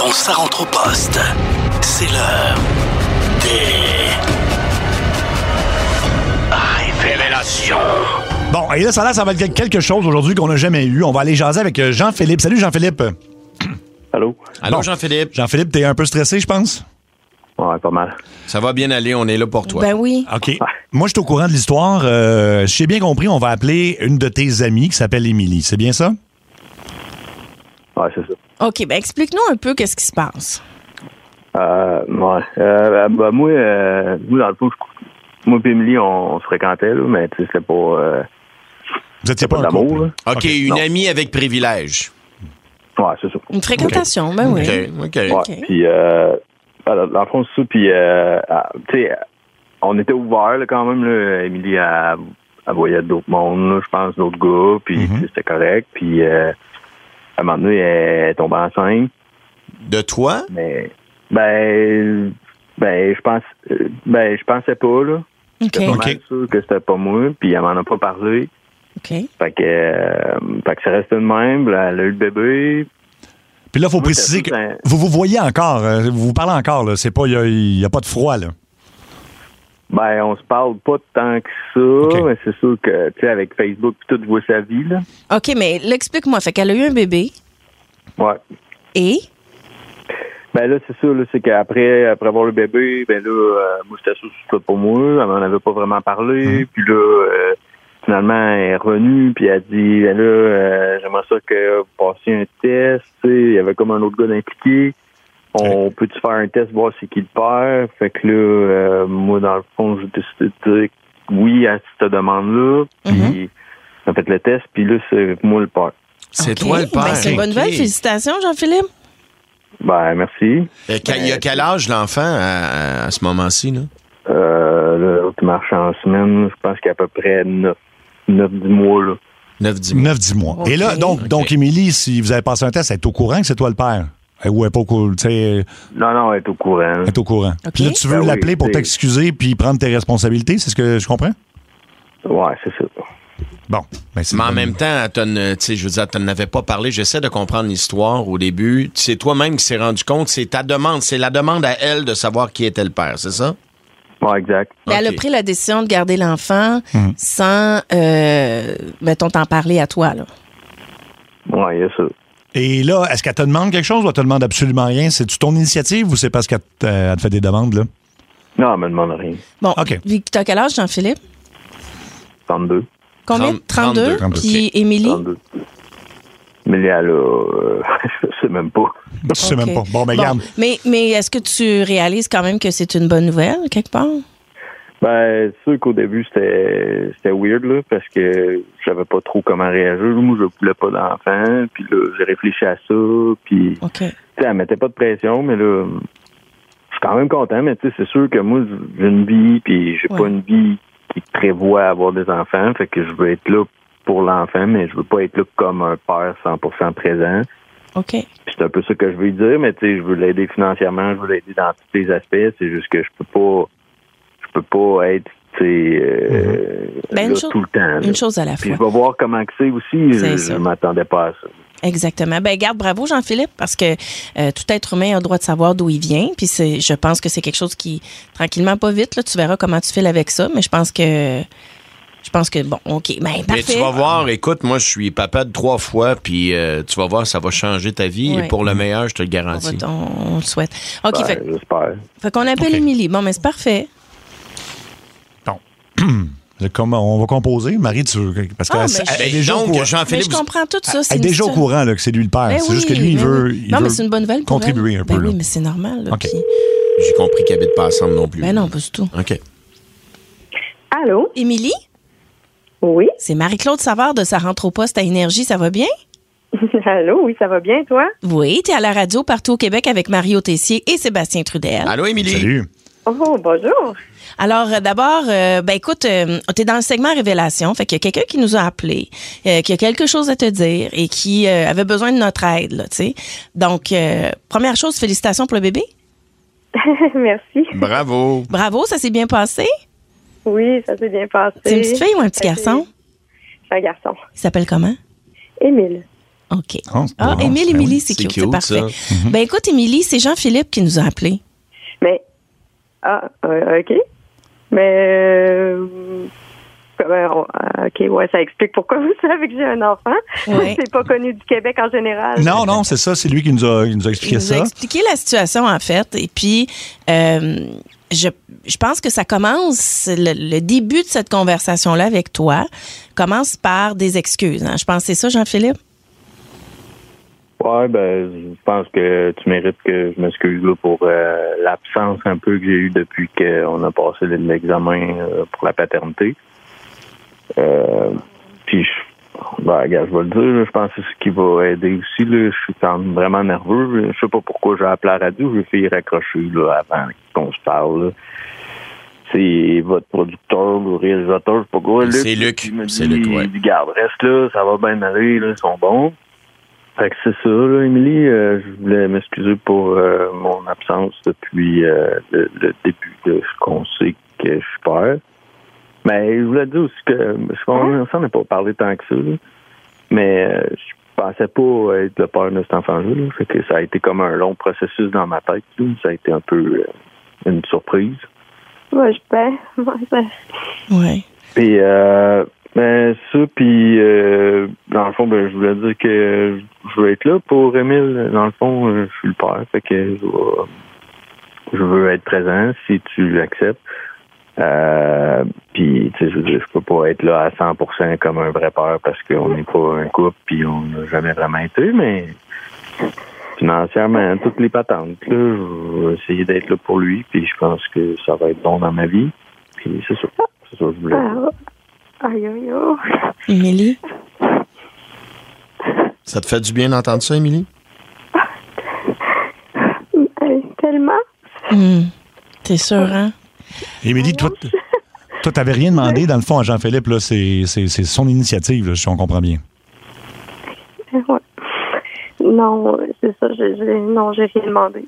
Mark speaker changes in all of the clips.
Speaker 1: avant ça rentre au poste, c'est l'heure des révélations.
Speaker 2: Bon, et là, ça a l'air, ça va être quelque chose aujourd'hui qu'on n'a jamais eu. On va aller jaser avec euh, Jean-Philippe. Salut, Jean-Philippe.
Speaker 3: Allô?
Speaker 4: Allô,
Speaker 2: Bon.
Speaker 4: Jean-Philippe,
Speaker 2: Jean-Philippe, t'es un peu stressé, je pense?
Speaker 3: Ouais, pas mal.
Speaker 4: ça va bien aller, on est là pour toi.
Speaker 5: Ben oui.
Speaker 2: OK. Moi, je suis au courant de l'histoire. Euh, si J'ai bien compris, on va appeler une de tes amies qui s'appelle Émilie. C'est bien ça?
Speaker 3: Ouais, c'est ça.
Speaker 5: OK, ben explique-nous un peu qu'est-ce qui se passe.
Speaker 3: Euh, ouais. Euh, bah, moi, euh, moi, dans le fond, je- moi et Emily, on, on se fréquentait, là, mais tu sais, c'était pas, euh,
Speaker 2: Vous étiez
Speaker 3: c'était pas
Speaker 2: pas
Speaker 3: de
Speaker 2: un couple.
Speaker 3: l'amour, là.
Speaker 4: OK, une
Speaker 3: Non.
Speaker 4: amie avec privilège.
Speaker 3: Ouais, c'est ça.
Speaker 5: Une fréquentation, ben oui.
Speaker 4: OK, OK.
Speaker 3: Ouais.
Speaker 5: Ok.
Speaker 3: Puis, euh, alors, dans le fond, c'est ça. Puis, euh, ah, tu sais, on était ouverts, là, quand même, là. Émilie, elle, elle voyait d'autres mondes, là, je pense, d'autres gars, puis tu sais, c'était correct. Puis, euh, à un moment donné, elle est tombée enceinte.
Speaker 4: De toi?
Speaker 3: Mais ben ben je pense euh, ben je pensais pas là.
Speaker 5: OK.
Speaker 3: J'étais pas
Speaker 2: OK.
Speaker 3: mal sûr que c'était pas moi, puis elle m'en a pas parlé.
Speaker 5: OK.
Speaker 3: Fait que, euh, fait que ça restait de même, puis là, elle a eu le bébé.
Speaker 2: Puis là, il faut
Speaker 3: Oui,
Speaker 2: préciser
Speaker 3: t'as
Speaker 2: que
Speaker 3: tout un-
Speaker 2: vous vous voyez encore, euh, vous vous parlez encore. là. C'est pas, il y a- il y a, pas de froid, là.
Speaker 3: Ben on se parle pas tant que ça,
Speaker 2: OK.
Speaker 3: mais c'est sûr que tu sais avec Facebook puis tout je vois sa vie là.
Speaker 5: OK, mais l'explique-moi. Fait qu'elle a eu un bébé
Speaker 3: Ouais.
Speaker 5: et.
Speaker 3: Ben là, c'est sûr, là, c'est qu'après après avoir le bébé, ben là, euh, moi, c'était sûr que c'était pour moi. Elle m'en avait pas vraiment parlé. Puis là, euh, finalement, elle est revenue, puis elle a dit, ben là, euh, j'aimerais ça que vous passiez un test. Tu sais, il y avait comme un autre gars d'impliqué. On peut-tu faire un test, voir c'est qui le père? Fait que là, euh, moi, dans le fond, j'ai décidé de dire oui à cette demande-là. Puis, on a fait le test, puis là, c'est moi le père.
Speaker 4: C'est
Speaker 5: OK.
Speaker 4: toi le père.
Speaker 5: Ben, c'est une bonne nouvelle.
Speaker 4: OK.
Speaker 5: Félicitations, Jean-Philippe.
Speaker 3: Ben, merci.
Speaker 4: Euh, quel- Il y a quel âge l'enfant à, à- à ce moment-ci? là?
Speaker 3: Euh, l'autre marche en semaine, je pense qu'à peu près 9, 9 10 mois, là.
Speaker 4: 9-10 mois.
Speaker 2: 9-10 mois.
Speaker 5: OK.
Speaker 2: Et là, donc,
Speaker 4: OK.
Speaker 2: donc, Émilie, si vous avez passé un test, elle est au courant que c'est toi le père. Elle- Ou elle est pas au courant. tu sais, Elle
Speaker 3: Non, non, elle est au courant.
Speaker 2: est au courant.
Speaker 5: OK.
Speaker 2: Puis là, tu veux
Speaker 3: Ben oui,
Speaker 2: l'appeler pour
Speaker 3: c'est-
Speaker 2: t'excuser puis prendre tes responsabilités, c'est ce que je comprends?
Speaker 3: Ouais, c'est ça.
Speaker 2: Bon. Ben, c'est
Speaker 4: Mais en
Speaker 2: une bonne
Speaker 4: même temps, elle t'en, euh, tu sais, je veux dire, tu n'avais pas parlé. J'essaie de comprendre l'histoire au début. C'est toi-même qui s'est rendu compte. C'est ta demande. C'est la demande à elle de savoir qui était le père, c'est ça?
Speaker 3: Ouais, exact.
Speaker 5: Ben, Elle a
Speaker 4: OK. Mm.
Speaker 5: pris la décision de garder l'enfant sans, euh, mettons, t'en parler à toi, là.
Speaker 3: Ouais, il y a ça.
Speaker 2: Et là, est-ce qu'elle te demande quelque chose ou elle te demande absolument rien? C'est-tu ton initiative ou c'est parce qu'elle te, euh, elle te fait des demandes, là?
Speaker 3: Non, elle me demande rien.
Speaker 5: Bon.
Speaker 2: OK.
Speaker 5: Puis T'as quel âge, Jean-Philippe?
Speaker 3: 32.
Speaker 5: Combien?
Speaker 4: Trente-
Speaker 5: 32.
Speaker 2: 32.
Speaker 5: Puis Émilie?
Speaker 3: 32. Mais là, elle a, euh, je sais même pas.
Speaker 2: Tu sais
Speaker 5: OK.
Speaker 2: même pas. Bon, ben, garde.
Speaker 5: Mais, mais est-ce que tu réalises quand même que c'est une bonne nouvelle, quelque part?
Speaker 3: Ben, c'est sûr qu'au début, c'était, c'était weird, là, parce que je savais pas trop comment réagir. Moi, je voulais pas d'enfant, puis là, j'ai réfléchi à ça, puis
Speaker 5: OK.
Speaker 3: Tu sais, elle mettait pas de pression, mais là, je suis quand même content, mais tu sais, c'est sûr que moi, j'ai une vie, puis j'ai
Speaker 5: Ouais.
Speaker 3: pas une vie qui prévoit avoir des enfants, fait que je veux être là pour l'enfant, mais je veux pas être là comme un père 100% présent.
Speaker 5: OK.
Speaker 3: Puis c'est un peu ça que je veux lui dire, mais tu sais, je veux l'aider financièrement, je veux l'aider dans tous les aspects, c'est juste que je peux pas, je peux pas être, tu sais, euh,
Speaker 5: Ben, une
Speaker 3: là
Speaker 5: chose-
Speaker 3: tout le temps. là.
Speaker 5: Une chose à la
Speaker 3: Puis
Speaker 5: fois.
Speaker 3: je vais voir comment que c'est aussi,
Speaker 5: C'est
Speaker 3: je, je
Speaker 5: ça.
Speaker 3: m'attendais pas à ça.
Speaker 5: Exactement. Ben garde, bravo Jean-Philippe, parce que euh, tout être humain a le droit de savoir d'où il vient. Puis c'est, je pense que c'est quelque chose qui, tranquillement, pas vite, là, tu verras comment tu files avec ça. Mais je pense que, je pense que bon, ok, ben
Speaker 4: Mais
Speaker 5: parfait.
Speaker 4: tu vas voir, écoute, moi, je suis papa de trois fois, puis euh, tu vas voir, ça va changer ta vie.
Speaker 5: Ouais.
Speaker 4: Et pour le meilleur, je te le
Speaker 5: On, va-
Speaker 4: garantis.
Speaker 5: on- on le souhaite. Ok,
Speaker 3: Ben,
Speaker 5: fait,
Speaker 3: J'espère.
Speaker 5: fait qu'on appelle
Speaker 2: Ok. Ah,
Speaker 5: Émilie. Bon, mais c'est parfait.
Speaker 2: C'est Comme on va composer. Marie, tu veux. Parce
Speaker 5: Ah,
Speaker 2: qu'elle
Speaker 5: mais je-
Speaker 2: elle est
Speaker 4: Ben,
Speaker 2: déjà au
Speaker 4: donc,
Speaker 2: courant.
Speaker 5: Mais
Speaker 4: Jean-Philippe,
Speaker 5: je comprends tout ça.
Speaker 2: Elle est
Speaker 5: une
Speaker 2: déjà au
Speaker 5: histoire-
Speaker 2: courant là, que c'est lui le père.
Speaker 5: Ben
Speaker 2: c'est
Speaker 5: oui,
Speaker 2: juste que lui, il
Speaker 5: ben
Speaker 2: veut,
Speaker 5: oui.
Speaker 2: il
Speaker 5: non, mais
Speaker 2: veut
Speaker 5: c'est une bonne nouvelle pour
Speaker 2: contribuer
Speaker 5: elle.
Speaker 2: un peu.
Speaker 5: Ben
Speaker 2: là.
Speaker 5: oui, mais c'est normal. là,
Speaker 2: Ok.
Speaker 5: puis-
Speaker 4: j'ai compris qu'ils habitent pas ensemble non plus.
Speaker 5: Ben non, pas du tout.
Speaker 4: OK.
Speaker 6: Allô?
Speaker 5: Émilie,
Speaker 6: Oui?
Speaker 5: c'est Marie-Claude Savard de Sa rentre au poste à Énergie. Ça va bien?
Speaker 6: Allô? Oui, ça va bien, toi?
Speaker 5: Oui, t'es à la radio partout au Québec avec Mario Tessier et Sébastien Trudel.
Speaker 4: Allô, Émilie?
Speaker 2: Salut.
Speaker 6: Oh, bonjour.
Speaker 5: Alors, euh, d'abord, euh, ben écoute, euh, t'es dans le segment Révélation, fait qu'il y a quelqu'un qui nous a appelé, euh, qui a quelque chose à te dire et qui euh, avait besoin de notre aide, là, tu sais. Donc, euh, première chose, félicitations pour le bébé.
Speaker 6: Merci.
Speaker 4: Bravo.
Speaker 5: Bravo, ça s'est bien passé.
Speaker 6: Oui, ça s'est bien passé.
Speaker 5: C'est une petite fille ou un petit
Speaker 6: Ça s'est-
Speaker 5: garçon?
Speaker 6: C'est un garçon.
Speaker 5: Il s'appelle comment?
Speaker 6: Émile.
Speaker 5: OK.
Speaker 2: Oh, c'est
Speaker 5: Ah,
Speaker 2: bon.
Speaker 5: Émile,
Speaker 2: Ben
Speaker 5: Émilie,
Speaker 2: oui,
Speaker 5: c'est
Speaker 4: c'est
Speaker 5: cute, c'est
Speaker 4: cute,
Speaker 5: parfait.
Speaker 4: ça.
Speaker 5: Ben écoute, Émilie, c'est Jean-Philippe qui nous a appelés.
Speaker 6: Mais. Ah, euh, OK. Mais. euh, comment on- ah, OK, ouais, ça explique pourquoi vous savez que j'ai un enfant.
Speaker 5: Ouais.
Speaker 6: C'est pas connu du Québec en général.
Speaker 2: Non, non, c'est ça, c'est lui qui nous a, qui nous a
Speaker 5: Il
Speaker 2: expliqué
Speaker 5: nous a
Speaker 2: ça.
Speaker 5: expliqué la situation, en fait. Et puis, euh, je, je pense que ça commence, le, le début de cette conversation-là avec toi, commence par des excuses. hein. Je pense que c'est ça, Jean-Philippe?
Speaker 3: Ouais, ben, je pense que tu mérites que je m'excuse là, pour euh, l'absence un peu que j'ai eue depuis qu'on a passé l'examen euh, pour la paternité. Euh, puis, je, ben, regarde, je vais le dire, là, je pense que c'est ce qui va aider aussi. Là, je suis quand même vraiment nerveux. Je sais pas pourquoi j'ai appelé à la radio, j'ai failli raccrocher là, avant qu'on se parle. là. C'est votre producteur, le réalisateur, je sais pas quoi. Luc,
Speaker 4: C'est Luc.
Speaker 3: il me dit-
Speaker 4: C'est Luc, ouais.
Speaker 3: Il dit, garde, reste là, ça va bien aller, là, ils sont bons. Fait que c'est ça, là, Émilie. Euh, je voulais m'excuser pour euh, mon absence depuis euh, le, le début de ce qu'on sait que je suis père. Mais Ben, je voulais dire aussi que je pense qu'on n'a pas parlé tant que ça. là. Mais euh, je pensais pas être le père de cet enfant-là. là. Fait que ça a été comme un long processus dans ma tête. là. Ça a été un peu euh, une surprise.
Speaker 6: Ouais, je ben, ouais, ça-
Speaker 5: Oui.
Speaker 3: Puis, euh, ben, ça, puis, euh, dans le fond, ben, je voulais dire que je veux être là pour Émile. Dans le fond, euh, je suis le père, fait que je, vais- je veux être présent si tu l'acceptes. Euh, puis, tu sais, je veux dire, je peux pas être là à 100% comme un vrai père parce qu'on n'est pas un couple, puis on n'a jamais vraiment été, mais financièrement, toutes les patentes, là, je vais essayer d'être là pour lui, puis je pense que ça va être bon dans ma vie. Puis, c'est ça. C'est ça que je voulais dire.
Speaker 6: Ah, aïe, aïe, aïe.
Speaker 5: Émilie?
Speaker 4: Ça te fait du bien d'entendre ça, Émilie?
Speaker 6: Aïe, Tellement.
Speaker 5: Hmm. T'es sûr, hein?
Speaker 2: Émilie, toi, t- toi, t'avais rien demandé, dans le fond, à Jean-Philippe. là, C'est c'est- c'est son initiative, là, si on comprend bien.
Speaker 6: Ouais. Non, c'est ça, j'ai, j'ai- non, j'ai rien demandé.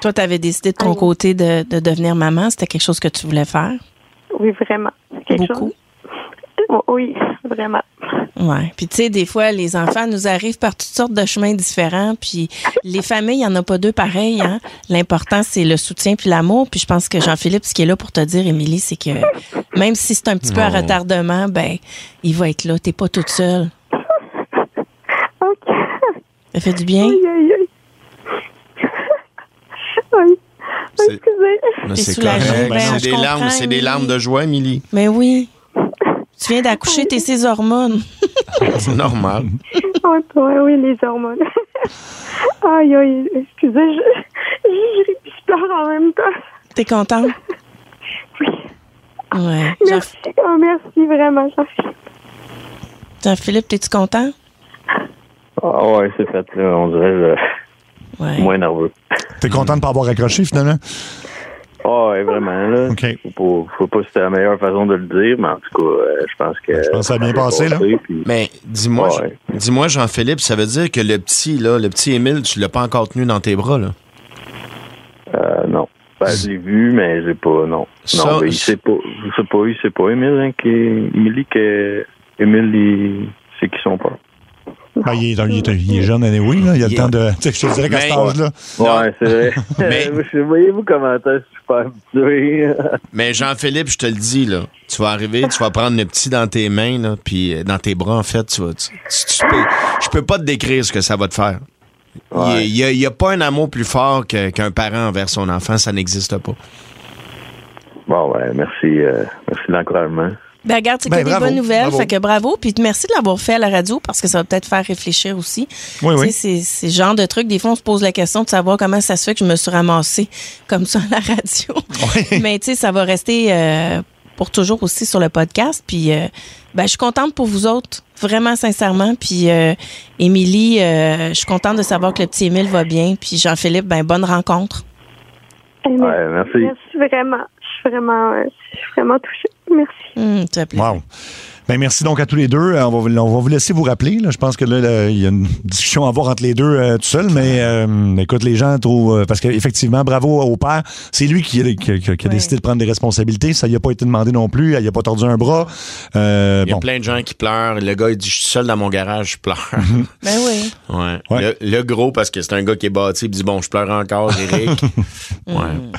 Speaker 5: Toi, tu avais décidé de ton
Speaker 6: Oui.
Speaker 5: côté de, de devenir maman. C'était quelque chose que tu voulais faire?
Speaker 6: Oui, vraiment. Quelque
Speaker 5: Beaucoup.
Speaker 6: chose- Oh, Oui, vraiment.
Speaker 5: Ouais. Puis tu sais, des fois, les enfants nous arrivent par toutes sortes de chemins différents. Puis les familles, il n'y en a pas deux pareils. Hein? L'important, c'est le soutien puis l'amour. Puis je pense que Jean-Philippe, ce qui est là pour te dire, Émilie, c'est que même si c'est un petit peu à
Speaker 4: Non.
Speaker 5: retardement, ben il va être là. T'es pas toute seule.
Speaker 6: OK.
Speaker 5: Ça fait du bien.
Speaker 6: Aïe, aïe, aïe. Aïe.
Speaker 4: C'est-
Speaker 6: Excusez.
Speaker 4: Mais
Speaker 5: T'es
Speaker 4: C'est
Speaker 5: soulagée.
Speaker 4: correct.
Speaker 5: Ben,
Speaker 4: C'est
Speaker 5: je
Speaker 4: des larmes,
Speaker 5: comprends,
Speaker 4: c'est des
Speaker 5: Émilie.
Speaker 4: larmes de joie, Émilie.
Speaker 5: Mais oui. Tu viens d'accoucher, t'es ses hormones.
Speaker 4: C'est normal.
Speaker 6: Oh, toi, oui, les hormones. aïe, aïe, excusez, je, je, je, je pleure en même temps.
Speaker 5: T'es contente?
Speaker 6: Oui.
Speaker 5: Ouais. Jean-
Speaker 6: Merci, oh, merci vraiment, jean
Speaker 5: Jean-Philippe, t'es-tu content?
Speaker 3: Ah ouais, c'est fait. là. On dirait euh,
Speaker 5: Ouais.
Speaker 3: moins nerveux.
Speaker 2: T'es content de ne pas avoir accroché, finalement?
Speaker 3: Ah ouais, vraiment. Là.
Speaker 2: OK.
Speaker 3: Faut pas, faut pas si c'était la meilleure façon de le dire, mais en tout cas, euh, je pense que.
Speaker 2: Je pense que ça a bien passé, là.
Speaker 3: puis-
Speaker 4: Mais dis-moi,
Speaker 3: Ouais.
Speaker 4: je- dis-moi, Jean-Philippe, ça veut dire que le petit, là, le petit Émile, tu l'as pas encore tenu dans tes bras, là.
Speaker 3: euh, non. Ben, je l'ai vu, mais j'ai pas. Non.
Speaker 4: Ça-
Speaker 3: non, ben, il sait pas. Je sais pas, il sait pas. Émile, hein, qui Émilie, que. Émile, il- c'est qui sont pas.
Speaker 2: Ben, il, est, il est- il est jeune, oui, il a le
Speaker 4: Il est- Ben,
Speaker 2: temps de. Tu sais, je te dirais qu'à
Speaker 4: Mais-
Speaker 2: cet âge-là.
Speaker 4: Non.
Speaker 3: Ouais, c'est vrai.
Speaker 4: Mais-
Speaker 3: Je- Voyez-vous comment t'as super habitué.
Speaker 4: Mais Jean-Philippe, je te le dis, là, tu vas arriver, tu vas prendre le petit dans tes mains, là, puis euh, dans tes bras, en fait, tu vas. tu- tu- tu peux- je peux pas te décrire ce que ça va te faire.
Speaker 3: Ouais.
Speaker 4: Il n'y a, il y a pas un amour plus fort que- qu'un parent envers son enfant, ça n'existe pas.
Speaker 3: Bon, ouais, merci. euh, merci de l'encouragement.
Speaker 5: Ben, regarde, c'est
Speaker 2: Ben,
Speaker 5: que des
Speaker 2: bravo,
Speaker 5: bonnes nouvelles.
Speaker 2: bravo.
Speaker 5: Fait que bravo. Puis merci de l'avoir fait à la radio parce que ça va peut-être faire réfléchir aussi.
Speaker 2: Oui,
Speaker 5: Tu
Speaker 2: oui.
Speaker 5: sais, C'est c'est le genre de truc. Des fois, on se pose la question de savoir comment ça se fait que je me suis ramassée comme ça à la radio. Mais tu sais, ça va rester euh, pour toujours aussi sur le podcast. Puis euh, ben, je suis contente pour vous autres, vraiment sincèrement. Puis euh, Émilie, euh, je suis contente de savoir que le petit Émile va bien. Puis Jean-Philippe, ben bonne rencontre.
Speaker 6: Aïe,
Speaker 3: Ouais, merci.
Speaker 6: Merci vraiment. Je suis vraiment, euh, je suis vraiment touchée. Merci.
Speaker 5: Hum, ça plaît.
Speaker 2: Wow. Ben, merci donc à tous les deux. Euh, On va, on va vous laisser vous rappeler. là. Je pense que là, là, il y a une discussion à avoir entre les deux euh, tout seul, mais euh, écoute, les gens trouvent. euh, parce qu'effectivement, bravo au père. C'est lui qui, qui- qui- qui a décidé de prendre des responsabilités. Ça lui a pas été demandé non plus. Il a pas tordu un bras. Euh,
Speaker 4: Il y a
Speaker 2: bon.
Speaker 4: plein de gens qui pleurent. Le gars, il dit, je suis seul dans mon garage, je pleure.
Speaker 5: Ben oui.
Speaker 4: ouais.
Speaker 2: Ouais.
Speaker 4: Le, le gros, parce que c'est un gars qui est bâti, il dit, bon, je pleure encore, Eric. ouais.